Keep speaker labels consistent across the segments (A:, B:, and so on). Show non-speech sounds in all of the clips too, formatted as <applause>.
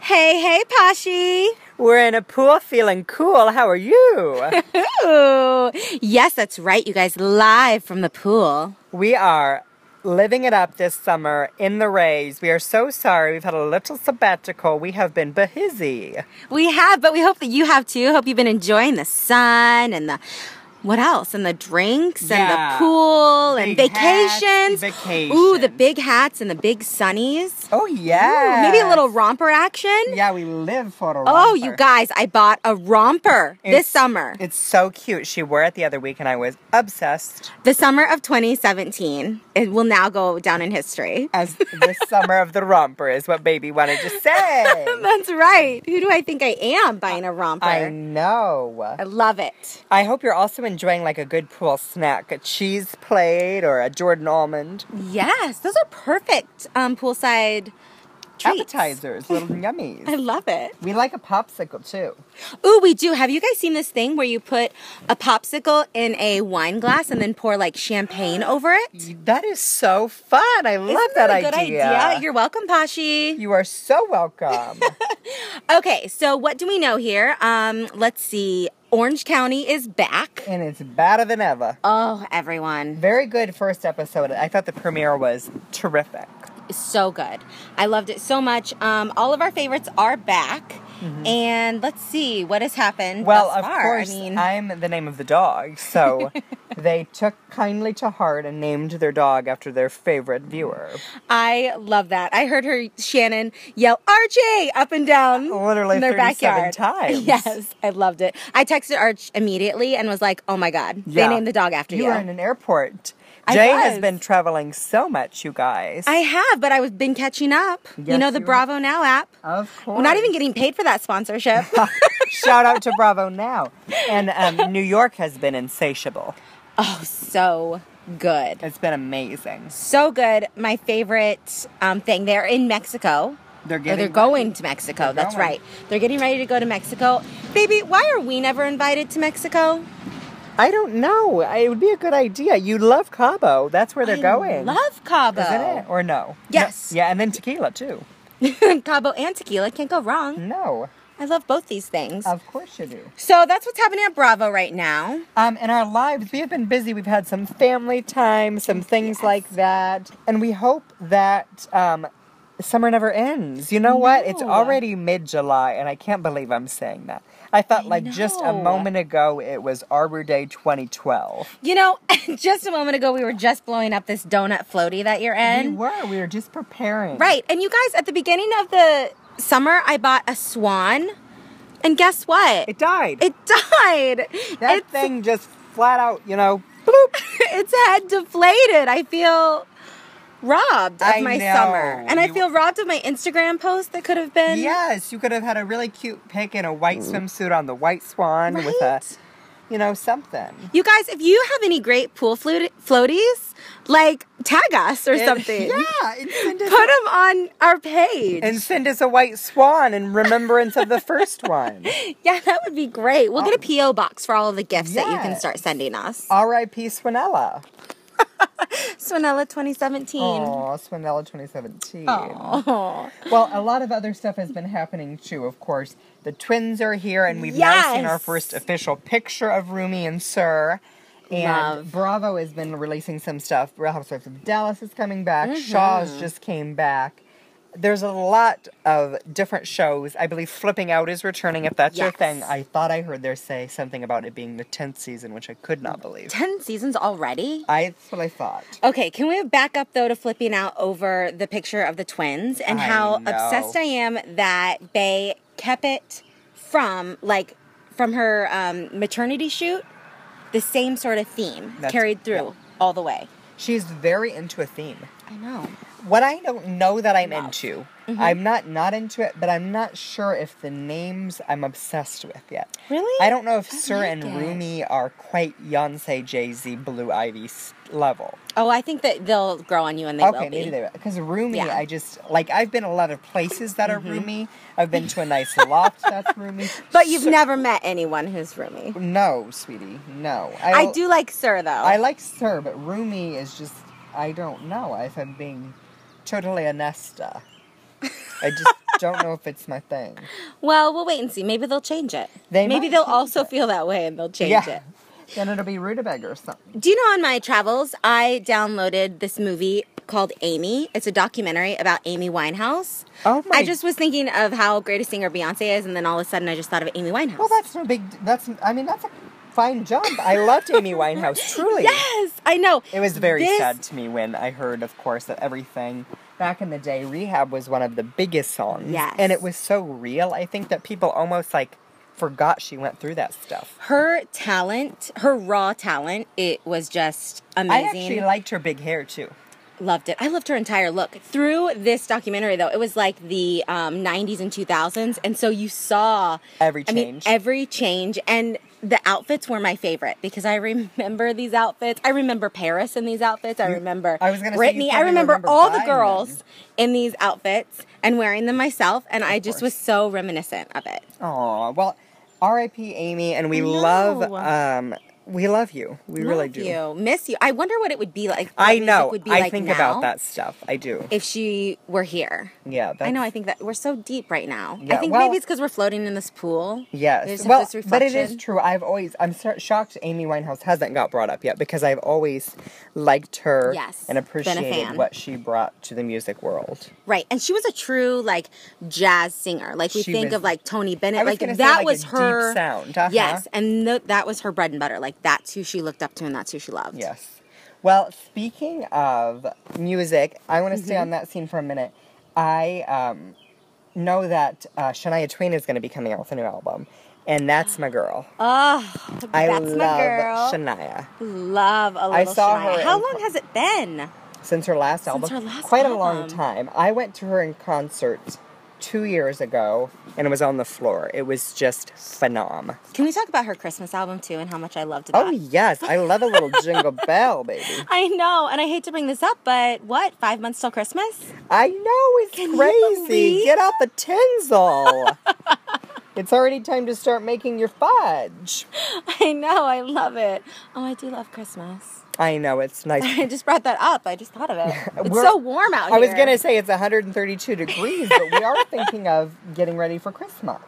A: Hey, hey, Pashi.
B: We're in a pool feeling cool. How are you?
A: <laughs> Ooh. Yes, that's right, you guys, live from the pool.
B: we are living it up this summer in the rays. We are so sorry. We've had a little sabbatical. We have been busy.
A: We have, but we hope that you have too. Hope you've been enjoying the sun and the what else? And the drinks and
B: Yeah.
A: the pool and
B: Big hats,
A: vacations.
B: vacations.
A: Ooh, the big hats and the big sunnies.
B: Oh, yeah.
A: Ooh, maybe a little romper action.
B: Yeah, we live for a
A: Oh,
B: romper.
A: you guys, I bought a romper this
B: It's-
A: summer.
B: It's so cute. She wore it the other week and I was obsessed
A: The summer of 2017. It will now go down in history. <laughs>
B: as the summer of the romper is what baby wanted to say.
A: <laughs> That's right. Who do I think I am buying a romper?
B: I
A: I,
B: know.
A: love it.
B: I hope you're also enjoying like a good pool snack, a cheese plate or a Jordan almond.
A: Yes, those are perfect um, poolside treats.
B: Appetizers, <laughs> little
A: I
B: yummies.
A: love it.
B: We like a popsicle too.
A: Ooh, we do. Have you guys seen this thing where you put a popsicle in a wine glass and then pour like champagne over it?
B: That is so fun. I love
A: Isn't
B: that,
A: a good
B: idea.
A: You're welcome, Pashi.
B: You are so
A: <laughs>
B: welcome.
A: Okay, so what do we know here? Um, let's see. Orange County is back.
B: and it's better than ever.
A: Oh, everyone.
B: Very good first episode. I thought the premiere was terrific.
A: So good. I loved it so much. Um, all of our favorites are back. And let's see what has happened.
B: Mm-hmm. Well,
A: thus
B: of
A: far.
B: course,
A: I mean,
B: am the name of the dog, so
A: <laughs>
B: they took kindly to heart and named their dog after their favorite viewer.
A: I love that. I heard her, Shannon, yell Archie up and down
B: Literally
A: in their
B: 37
A: backyard. <laughs>
B: times.
A: Yes, I loved it. I texted Arch immediately and was like, "Oh my god,
B: Yeah.
A: they named the dog after you."
B: You were in an airport.
A: I
B: Jay has
A: was.
B: been traveling so much, you guys.
A: I have, but I was been catching up. you
B: Yes,
A: know the
B: you have.
A: Bravo Now app.
B: of course.
A: We're not even getting paid for that
B: <laughs>
A: sponsorship.
B: Shout out to Bravo now. And um, New York has been insatiable.
A: oh, so good.
B: It's been amazing.
A: So good. My favorite um, thing. They're in Mexico.
B: They're
A: Or they're
B: getting
A: going to Mexico. That's
B: going.
A: right. They're getting ready to go to Mexico. Baby, why are we never invited to Mexico?
B: I don't know. I- It would be a good idea. You love Cabo. That's where they're
A: I
B: going.
A: Love Cabo.
B: Isn't it? Or no?
A: Yes.
B: No- Yeah, and then tequila too.
A: <laughs> Cabo and tequila can't go wrong.
B: No.
A: I love both these things.
B: Of course you do.
A: so that's what's happening at Bravo right now.
B: Um, in our lives, we have been busy. We've had some family time, some things like that. And we hope that um, summer never ends. You know what? It's
A: No.
B: already mid July, and I can't believe I'm saying that. I felt like just a
A: know.
B: moment ago it was Arbor Day 2012.
A: You know, <laughs> just a moment ago we were just blowing up this donut floaty that you're in.
B: we were. We were just preparing.
A: Right. And you guys, at the beginning of the summer, I bought a swan. And guess what?
B: It died.
A: It died.
B: that
A: its,
B: thing just flat out, you know, bloop.
A: <laughs> its head deflated. I feel robbed of
B: I
A: my
B: know.
A: summer. And I
B: You-
A: feel robbed of my Instagram post that could have been.
B: Yes, you could have had a really cute pic in a white swimsuit on the white swan with a,
A: Mm. Right?
B: you know, something.
A: You guys, if you have any great pool float- floaties, like tag us or
B: And-
A: something.
B: yeah, and
A: <laughs>
B: send,
A: Put
B: us,
A: them on our page.
B: and send us a white swan in remembrance of the first one.
A: <laughs> yeah, that would be great. We'll get a P.O. box for all of the gifts that you can
B: Oh. Yes.
A: start sending us.
B: R.I.P. Swanella.
A: Swanella 2017.
B: Oh, Swanella 2017.
A: Aw.
B: Well, a lot of other stuff has been happening too, of course. The twins are here, and we've now seen our
A: Yes.
B: first official picture of Rumi and Sir. And
A: Love.
B: Bravo has been releasing some stuff. Real Housewives of Dallas is coming back.
A: Mm-hmm.
B: Shaw's just came back. There's a lot of different shows. I believe Flipping Out is returning if that's your
A: Yes.
B: thing. I thought I heard there say something about it being the 10th season, which I could not believe.
A: 10 seasons already?
B: I, that's what I thought.
A: Okay, can we back up though to flipping out over the picture of the twins and
B: I
A: how
B: know.
A: obsessed I am that Bay kept it from like from her um, maternity shoot, the same sort of theme
B: That's-
A: carried through all the way.
B: She's very into a theme.
A: I know.
B: what I don't know that I'm into.
A: Mm-hmm.
B: I'm not not into it, but I'm not sure if the names I'm obsessed with yet.
A: Really?
B: I don't know if Sir
A: like
B: and
A: it.
B: Rumi are quite Yonsei, Jay Z, Blue Ivy s- level.
A: Oh, I think that they'll grow on you and they
B: okay,
A: will be.
B: maybe they because Rumi,
A: Yeah. Mm-hmm.
B: I just like I've been a lot of places that are Rumi. I've been to a nice loft
A: <laughs>
B: that's Rumi.
A: But you've never met anyone who's roomy.
B: No, sweetie, no.
A: I
B: l-
A: do like Sir though.
B: I like Sir, but Rumi is just <laughs> I don't know if I'm being totally honesta. I just don't know if it's my thing.
A: Well, we'll wait and see. Maybe they'll change it.
B: They
A: Maybe
B: might
A: they'll
B: change
A: also feel that way and they'll change
B: yeah.
A: it.
B: Then it'll be rutabaga or something.
A: Do you know on my travels, I downloaded this movie called Amy. It's a documentary about Amy Winehouse.
B: Oh my!
A: I just was thinking of how great a singer Beyonce is, and then all of a sudden I just thought of Amy Winehouse.
B: Well, that's no big. That's I mean that's a fine jump. I loved Amy <laughs> Winehouse truly.
A: yes, I know.
B: It was very
A: This-
B: sad to me when I heard, of course, that everything back in the day, Rehab was one of the biggest songs.
A: Yes.
B: And it was so real. I think that people almost like forgot she went through that stuff.
A: Her talent, her raw talent, it was just
B: I
A: amazing.
B: actually liked her big hair too.
A: loved it. I loved her entire look. Through this documentary, though, it was like the um, 90s and 2000s, and so you saw
B: Every
A: I mean,
B: change.
A: every change, and the outfits were my favorite because I remember these outfits. I remember Paris in these outfits. I remember
B: I was gonna say, you
A: Brittany. I
B: probably
A: remember,
B: remember
A: all the
B: buying
A: girls
B: them.
A: in these outfits and wearing them myself, and I just was
B: course.
A: so reminiscent of it.
B: Aw, well, R.I.P. Amy, and we
A: I
B: love,
A: know.
B: um, we love you. We really
A: Love
B: do.
A: You miss you. I wonder what it would be like. what
B: I
A: music
B: know.
A: Would be
B: I
A: like
B: think
A: now
B: about that stuff. I do.
A: if she were here.
B: yeah. That's,
A: I know. I think that we're so deep right now. I
B: Yeah,
A: think
B: well-
A: maybe it's because we're floating in this pool. We
B: Yes.
A: just have
B: Well,
A: this
B: but it is
A: reflection.
B: true. I've always I'm so- shocked Amy Winehouse hasn't got brought up yet because I've always liked her
A: Yes,
B: and
A: been a
B: appreciated
A: fan.
B: what she brought to the music world.
A: right. And she was a true like jazz singer. Like we
B: She
A: think
B: was-
A: of like Tony Bennett.
B: I was
A: Like
B: gonna
A: that
B: say, like, a
A: was
B: deep
A: her
B: sound, uh-huh.
A: Yes, and th- that was her bread and butter. Like that's who she looked up to, and that's who she loved.
B: Yes. Well, speaking of music, I want to stay
A: Mm-hmm.
B: on that scene for a minute. I um, know that uh, Shania Twain is going to be coming out with a new album, and that's my girl.
A: <gasps> Oh,
B: I
A: that's
B: love
A: my girl.
B: Shania.
A: Love a little
B: I saw
A: Shania.
B: her
A: How
B: in-
A: long has it been?
B: since her last album.
A: her last
B: Quite a long
A: album.
B: time. I went to her in concert two years ago, and it was on the floor. It was just phenom.
A: Can we talk about her Christmas album too, and how much I loved that?
B: Oh yes, I love a little
A: <laughs>
B: jingle bell, baby.
A: I know, and I hate to bring this up, but what? Five months till Christmas? <laughs>
B: I know it's
A: Can you
B: crazy.
A: believe-
B: Get out the
A: <laughs>
B: tinsel. it's already time to start making your fudge.
A: I know, I love it. Oh, I do love Christmas. <laughs>
B: I know it's nice.
A: I just brought that up. I just thought of it. It's
B: <laughs> We're-
A: so warm out here.
B: I was gonna say it's 132 degrees, but we are thinking of getting ready for Christmas.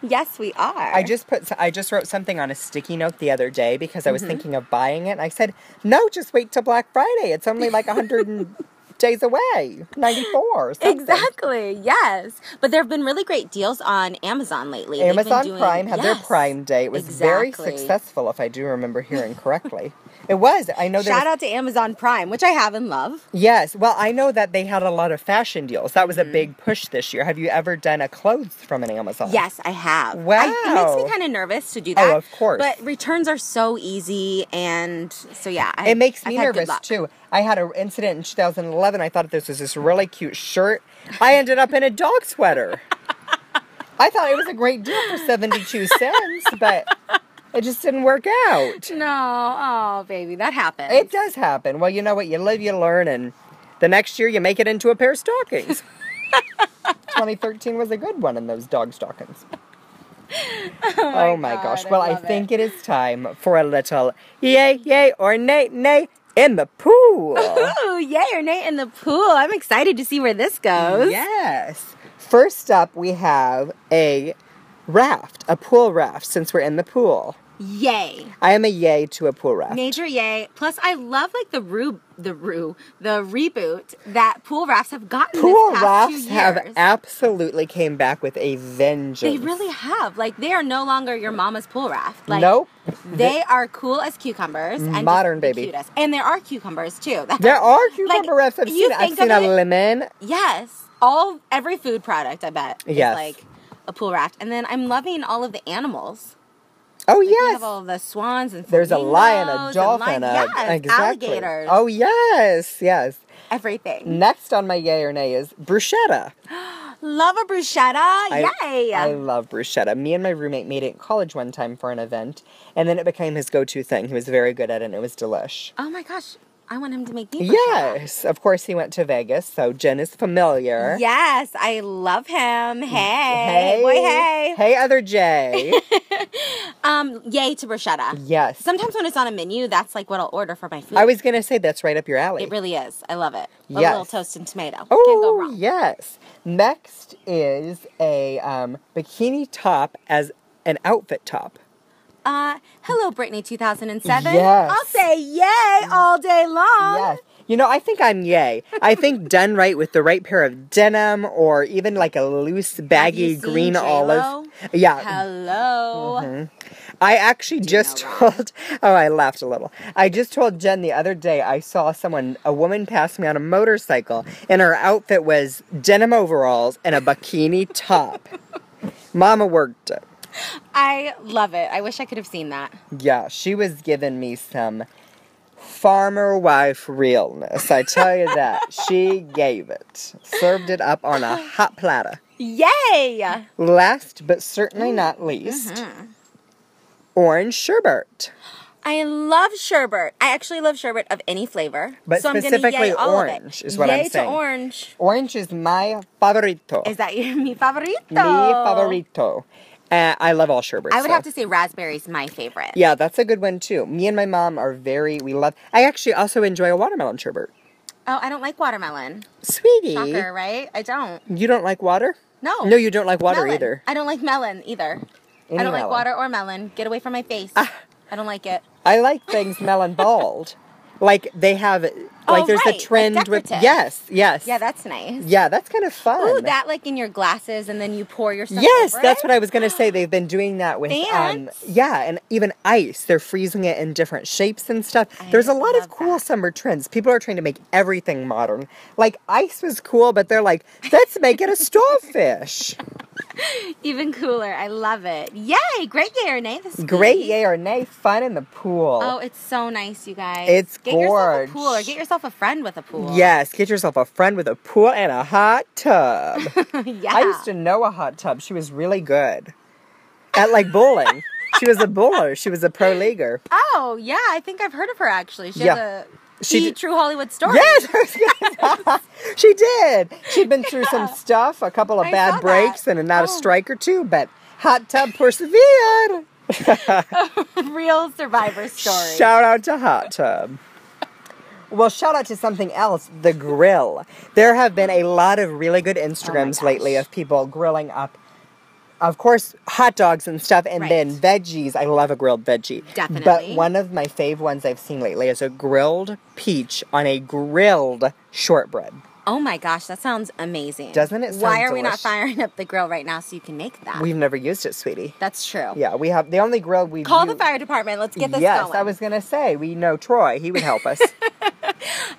A: Yes, we are.
B: I just put I just wrote something on a sticky note the other day because I
A: Mm-hmm.
B: was thinking of buying it. And I said, "No, just wait till Black Friday. It's only like 100
A: <laughs>
B: and days away. 94." or something."
A: Exactly. Yes, but there have been really great deals on Amazon lately. They've been
B: Amazon
A: doing-
B: Prime had their
A: Yes.
B: Prime Day. It was very
A: Exactly.
B: successful if I do remember hearing correctly. it was. I know there
A: Shout
B: was-
A: out to Amazon Prime, which I have and love.
B: Yes. Well, I know that they had a lot of fashion deals. That
A: Mm-hmm.
B: was a big push this year. Have you ever done a clothes from an Amazon?
A: Yes, I have.
B: Wow.
A: I,
B: Oh,
A: it makes me kind of nervous to do that.
B: of course.
A: But returns are so easy, and so yeah, I,
B: It makes
A: I've
B: me
A: had good
B: nervous
A: luck.
B: too. I had an incident in 2011. I thought this was this really cute shirt. I ended up in a dog sweater. I thought it was a great deal for 72 cents, but it just didn't work out.
A: No, oh baby, that happened.
B: It does happen. Well, you know what? You live, you learn, and the next year you make it into a pair
A: <laughs>
B: of stockings. 2013 was a good one in those dog stockings. Oh my, gosh.
A: God, I
B: Well, I,
A: love it.
B: think it is time for a little yay, yay, or nay, nay in the
A: <laughs>
B: pool.
A: Ooh, yay or nay in the pool. I'm excited to see where this goes.
B: Yes. First up, we have a raft, a pool raft, since we're in the pool.
A: Yay.
B: I am a yay to a pool raft.
A: Major yay. Plus, I love like the rue, the rue, the reboot that pool rafts have gotten.
B: Pool
A: this past two
B: rafts have
A: years.
B: absolutely came back with a vengeance.
A: They really have. Like they are no longer your mama's pool raft. Like
B: nope.
A: They are cool as cucumbers. And just
B: Modern,
A: the
B: baby.
A: cutest. And there are cucumbers too. <laughs> That's-
B: There are cucumber
A: Like,
B: rafts. I've
A: you
B: seen. it. I've
A: think
B: seen a
A: of it-
B: lemon.
A: Yes. All every food product, I bet. is,
B: Yes.
A: like a pool raft. And then I'm loving all of the animals.
B: Oh
A: We
B: yes.
A: have all the swans and
B: There's a lion, a
A: flamingos and
B: dolphin,
A: lions.
B: a
A: yes,
B: exactly.
A: alligators,
B: Oh yes, yes.
A: everything.
B: Next on my yay or nay is bruschetta.
A: Love a bruschetta, yay!
B: I love bruschetta. Me and my roommate made it in college one time for an event, and then it became his go-to thing. He was very good at it, and it was delish.
A: oh my gosh, I want him to make me. bruschetta.
B: Yes, of course he went to Vegas, so Jen is familiar.
A: Yes, I love him. Hey,
B: Mm, Hey,
A: boy, hey.
B: hey,
A: <laughs>
B: other Jay.
A: Um, yay to bruschetta.
B: yes,
A: Sometimes when it's on a menu, that's like what I'll order for my food.
B: I was gonna say that's right up your alley.
A: it really is. I love it. A
B: Yes.
A: little toast and tomato. Can't go
B: oh
A: wrong.
B: yes. Next is a um, bikini top as an outfit top.
A: Uh, hello, Britney 2007.
B: Yes.
A: I'll say yay all day long.
B: Yes. You know, I think I'm yay.
A: <laughs>
B: I think done right with the right pair of denim or even like a loose baggy
A: seen
B: green
A: J.Lo?
B: olive. Yeah. Mm-hmm.
A: Hello.
B: I actually just <laughs>
A: know
B: told oh I laughed a little. I just told Jen the other day I saw someone a woman pass me on a motorcycle and her outfit was denim overalls and a bikini
A: <laughs>
B: top. Mama worked it.
A: I love it. I wish I could have seen that.
B: Yeah, she was giving me some farmer wife realness. I tell you
A: <laughs>
B: that. she gave it. Served it up on a hot platter.
A: Yay!
B: Last but certainly not
A: Mm-hmm.
B: least, orange sherbet.
A: I love sherbet. I actually love sherbet of any flavor.
B: But
A: so I'm gonna
B: specifically
A: yay all of it.
B: orange is what
A: yay
B: I'm saying.
A: to orange.
B: Orange is my favorito.
A: Is that your <laughs> mi favorito?
B: Mi favorito. Uh, I love all sherbets.
A: I would
B: though.
A: have to say raspberry's my favorite.
B: Yeah, that's a good one too. Me and my mom are very. We love. I actually also enjoy a watermelon sherbet.
A: Oh, I don't like watermelon.
B: Sweetie,
A: Shocker, right? I don't.
B: you don't like water?
A: No.
B: No, you don't like water
A: Melon.
B: either.
A: I don't like melon either.
B: Any
A: I don't
B: melon. Ah.
A: like water or melon. Get away from my face. I don't like it.
B: I like
A: <laughs>
B: things melon bald. Like they have. Like
A: Oh,
B: there's
A: right,
B: a
A: like
B: trend with
A: decorative.
B: yes, yes.
A: Yeah, that's nice.
B: yeah, that's kind of fun.
A: Ooh, that like in your glasses and then you pour your stuff
B: Yes,
A: over
B: that's
A: it?
B: what I was gonna say. They've been doing that with um,
A: Thanks.
B: yeah, and even ice. They're freezing it in different shapes and stuff. There's a lot of
A: love
B: cool summer trends. People are trying to make everything modern. Like ice was cool, but they're like, let's make it
A: <laughs>
B: a starfish.
A: Even cooler. I love it. Yay! Great yay or nay. This is
B: Great,
A: sweet.
B: yay or nay? Fun in the pool.
A: Oh, it's so nice, you guys.
B: It's
A: Get yourself a pool or
B: gorge.
A: get yourself a friend with a pool. <laughs>
B: Yes, get yourself a friend with a pool and a hot tub.
A: <laughs> yeah.
B: I used to know a hot tub. She was really good at like bowling. she was a bowler. She was a pro leaguer.
A: <laughs> Oh, yeah. I think I've heard of her actually. She
B: Yeah.
A: has a
B: She
A: she
B: did-
A: true Hollywood story.
B: Yes, <laughs> I was gonna- she did. She'd been through some stuff, a couple of
A: I saw
B: bad
A: that.
B: breaks, and not a
A: Oh.
B: strike or two. But hot tub persevered.
A: <laughs> Real survivor story.
B: Shout out to hot tub. Well, shout out to something else, the grill. There have been a lot of really good Instagrams
A: Oh gosh.
B: lately of people grilling up, of course, hot dogs and stuff, and
A: Right.
B: then veggies. I love a grilled veggie. But
A: Definitely.
B: one of my fave ones I've seen lately is a grilled peach on a grilled shortbread.
A: oh my gosh, that sounds amazing.
B: Doesn't it
A: Why
B: sound
A: are we not
B: delish?
A: firing up the grill right now so you can make that?
B: We've never used it, sweetie.
A: That's true.
B: Yeah, we have the only grill we
A: Call the fire department. Let's get this
B: yes,
A: going.
B: I was gonna say we know Troy. He would
A: <laughs>
B: help us.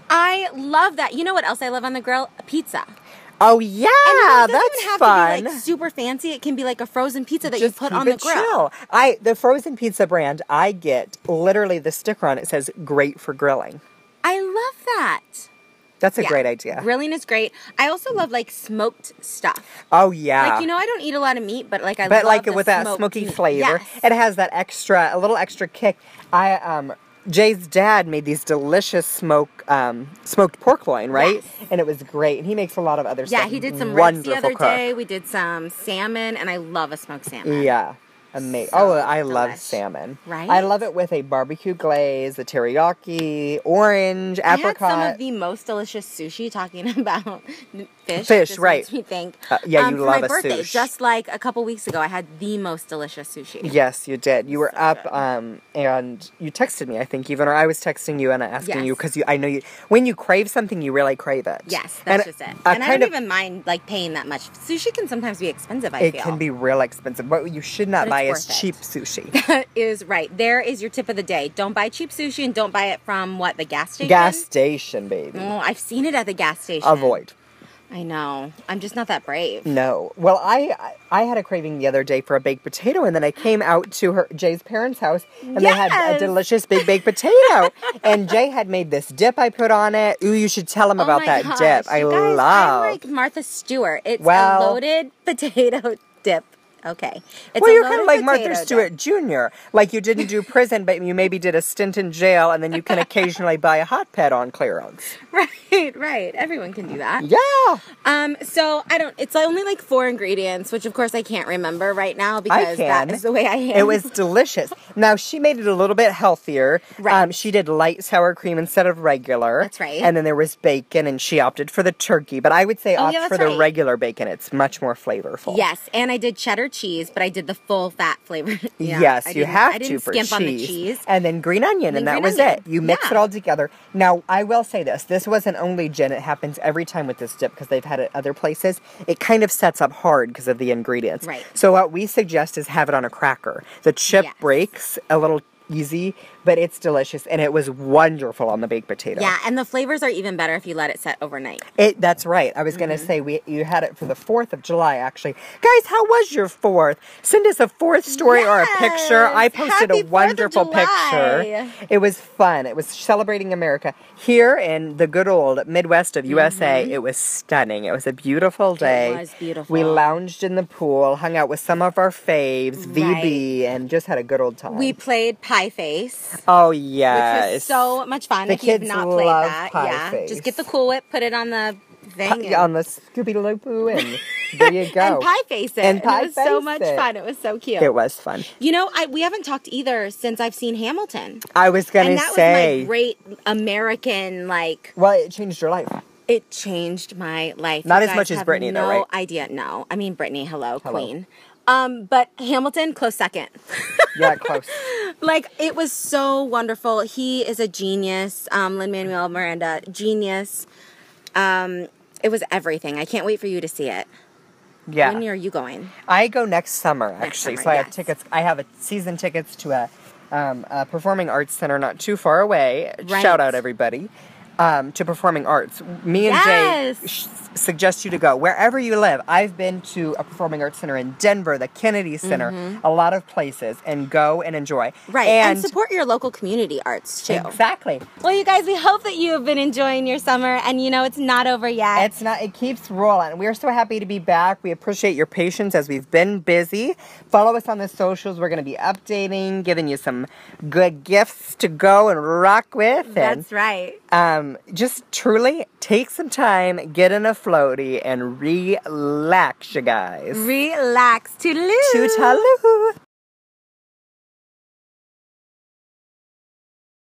A: I love that. You know what else I love on the grill? Pizza.
B: oh yeah,
A: And it doesn't
B: that's
A: even have
B: fun.
A: To be like super fancy. It can be like a frozen pizza that
B: Just
A: you put
B: keep
A: on the
B: it
A: grill.
B: chill. I the frozen pizza brand. I get literally the sticker on it says "Great for grilling."
A: I love that.
B: That's a
A: Yeah.
B: great idea.
A: Grilling is great. I also love like smoked stuff.
B: oh yeah,
A: Like you know, I don't eat a lot of meat, but like I
B: but
A: love
B: like
A: the
B: with that
A: smoked
B: smoky
A: meat. Yes.
B: flavor, it has that extra, a little extra kick. I um. Jay's dad made these delicious smoke um, smoked pork loin, right? And it was great. And he makes a lot of other
A: yeah,
B: stuff.
A: he did some ribs
B: wonderful
A: the other
B: cook.
A: day. We did some salmon, and I love a smoked salmon.
B: Yeah. Amazing.
A: So
B: oh, I love
A: delish.
B: salmon.
A: Right?
B: I love it with a barbecue glaze, a teriyaki, orange,
A: I had
B: apricot.
A: some of the most delicious sushi talking <laughs> about fish.
B: Fish,
A: just
B: right.
A: Makes me think. Um,
B: Uh, yeah, you
A: for
B: love a
A: my birthday,
B: sushi.
A: Just like a couple weeks ago, I had the most delicious sushi.
B: yes, you did. You were up um, and you texted me, I think, even, or I was texting you and asking
A: Yes.
B: you because you, I know you, when you crave something, you really crave it.
A: Yes,
B: And
A: that's just it.
B: a
A: and I don't
B: kind of,
A: even mind like paying that much. Sushi can sometimes be expensive. I
B: it
A: feel
B: can be real expensive, but what you should not
A: But
B: buy
A: it's
B: is
A: worth it.
B: cheap
A: <laughs>
B: sushi.
A: is right. There is your tip of the day. Don't buy cheap sushi and don't buy it from what the gas station.
B: Gas station, baby.
A: Oh, I've seen it at the gas station.
B: Avoid.
A: I know. I'm just not that brave.
B: No. Well, I I had a craving the other day for a baked potato, and then I came out to her Jay's parents' house, and they had a
A: Yes.
B: delicious big baked potato. and Jay had made this dip I put on it. Ooh, you should tell him
A: oh
B: <laughs> about
A: my
B: that
A: gosh,
B: dip. I
A: you guys,
B: love.
A: I'm like Martha Stewart. It's a
B: Well-
A: loaded <laughs> potato dip. Okay. It's
B: well,
A: a
B: you're
A: loaded
B: kind of like Martha
A: potato
B: Stewart Jr. Like you didn't do prison, but you maybe did a stint in jail, and then you can
A: <laughs>
B: occasionally buy a hot pet on clearance.
A: dip. <laughs> Right, right. Everyone can do that.
B: Yeah.
A: Um, so I don't. It's only like four ingredients, which of course I can't remember right now because that
B: can.
A: is the way I am.
B: It was delicious. Now she made it a little bit healthier.
A: Right.
B: Um, she did light sour cream instead of regular.
A: That's right.
B: And then there was bacon, and she opted for the turkey. But I would say
A: Oh,
B: opt
A: yeah,
B: for
A: that's
B: the
A: right.
B: regular bacon. It's much more flavorful.
A: Yes, and I did cheddar cheese, but I did the full fat flavor. <laughs> Yeah, I
B: yes, you
A: didn't-
B: have
A: I
B: to
A: didn't
B: for
A: skimp
B: cheese.
A: on the cheese.
B: and then green onion,
A: Then
B: and that
A: green
B: was
A: onion.
B: it. You mix
A: Yeah.
B: it all together. Now, I will say this: this wasn't only gin; it happens every time with this dip because they've had it other places. It kind of sets up hard because of the ingredients.
A: Right.
B: So what we suggest is have it on a cracker. The chip
A: Yes.
B: breaks a little easy, but it's delicious, and it was wonderful on the baked potato.
A: Yeah, and the flavors are even better if you let it set overnight.
B: It, that's right. I was
A: Mm-hmm.
B: going to say we you had it for the 4th of July actually. Guys, how was your 4th? Send us a 4th story or a picture. I
A: Yes!
B: posted
A: Happy
B: a
A: 4th of
B: wonderful
A: July!
B: picture. It was fun. It was celebrating America here in the good old Midwest of USA. It was stunning. It was a beautiful day.
A: Mm-hmm. was beautiful.
B: We lounged in the pool, hung out with some of our faves, VB, and just had a good old time.
A: We played Pie Face,
B: oh
A: which
B: yes.
A: was so much fun.
B: The
A: if you've
B: kids
A: not played
B: love
A: that,
B: Pie
A: yeah,
B: Face.
A: just get the Cool Whip, put it on the thing,
B: Pi-
A: and,
B: on the Scooby Doo and there you
A: <laughs>
B: go.
A: and Pie Face it.
B: And Pie
A: it was so
B: Face
A: much
B: it.
A: fun. It was so cute.
B: It was fun.
A: You know, I, we haven't talked either since I've seen Hamilton,
B: I was gonna
A: and that was
B: say.
A: my great American like
B: well, it changed your life.
A: It changed my life. You
B: Not as
A: guys
B: much as
A: have
B: Britney,
A: no
B: though, right?
A: idea. No, I mean Brittany. Hello,
B: Hello.
A: queen. Um, but Hamilton, close second. <laughs>
B: Yeah, close.
A: like it was so wonderful. He is a genius. Um, Lin Manuel Miranda, genius. Um, it was everything. I can't wait for you to see it. <laughs> When
B: Yeah,
A: are you going?
B: I go next summer actually.
A: summer,
B: so I have
A: yes.
B: tickets. I have a season tickets to a, um, a performing arts center not too far away.
A: Right.
B: Shout out everybody. Um, to performing arts, me and
A: Yes.
B: Jay sh- suggest you to go wherever you live. I've been to a performing arts center in Denver, the Kennedy Center, a lot of places, and go and enjoy.
A: Mm-hmm. Right. And,
B: and,
A: support your local community arts too.
B: exactly.
A: Well, you guys, we hope that you have been enjoying your summer, and you know it's not over yet.
B: It's not. It keeps rolling. We are so happy to be back. We appreciate your patience as we've been busy. Follow us on the socials. We're going to be updating, giving you some good gifts to go and rock with. And
A: That's right.
B: um, just truly take some time, get in a floaty, and relax, you guys.
A: Relax. Toodaloo.
B: Toodaloo.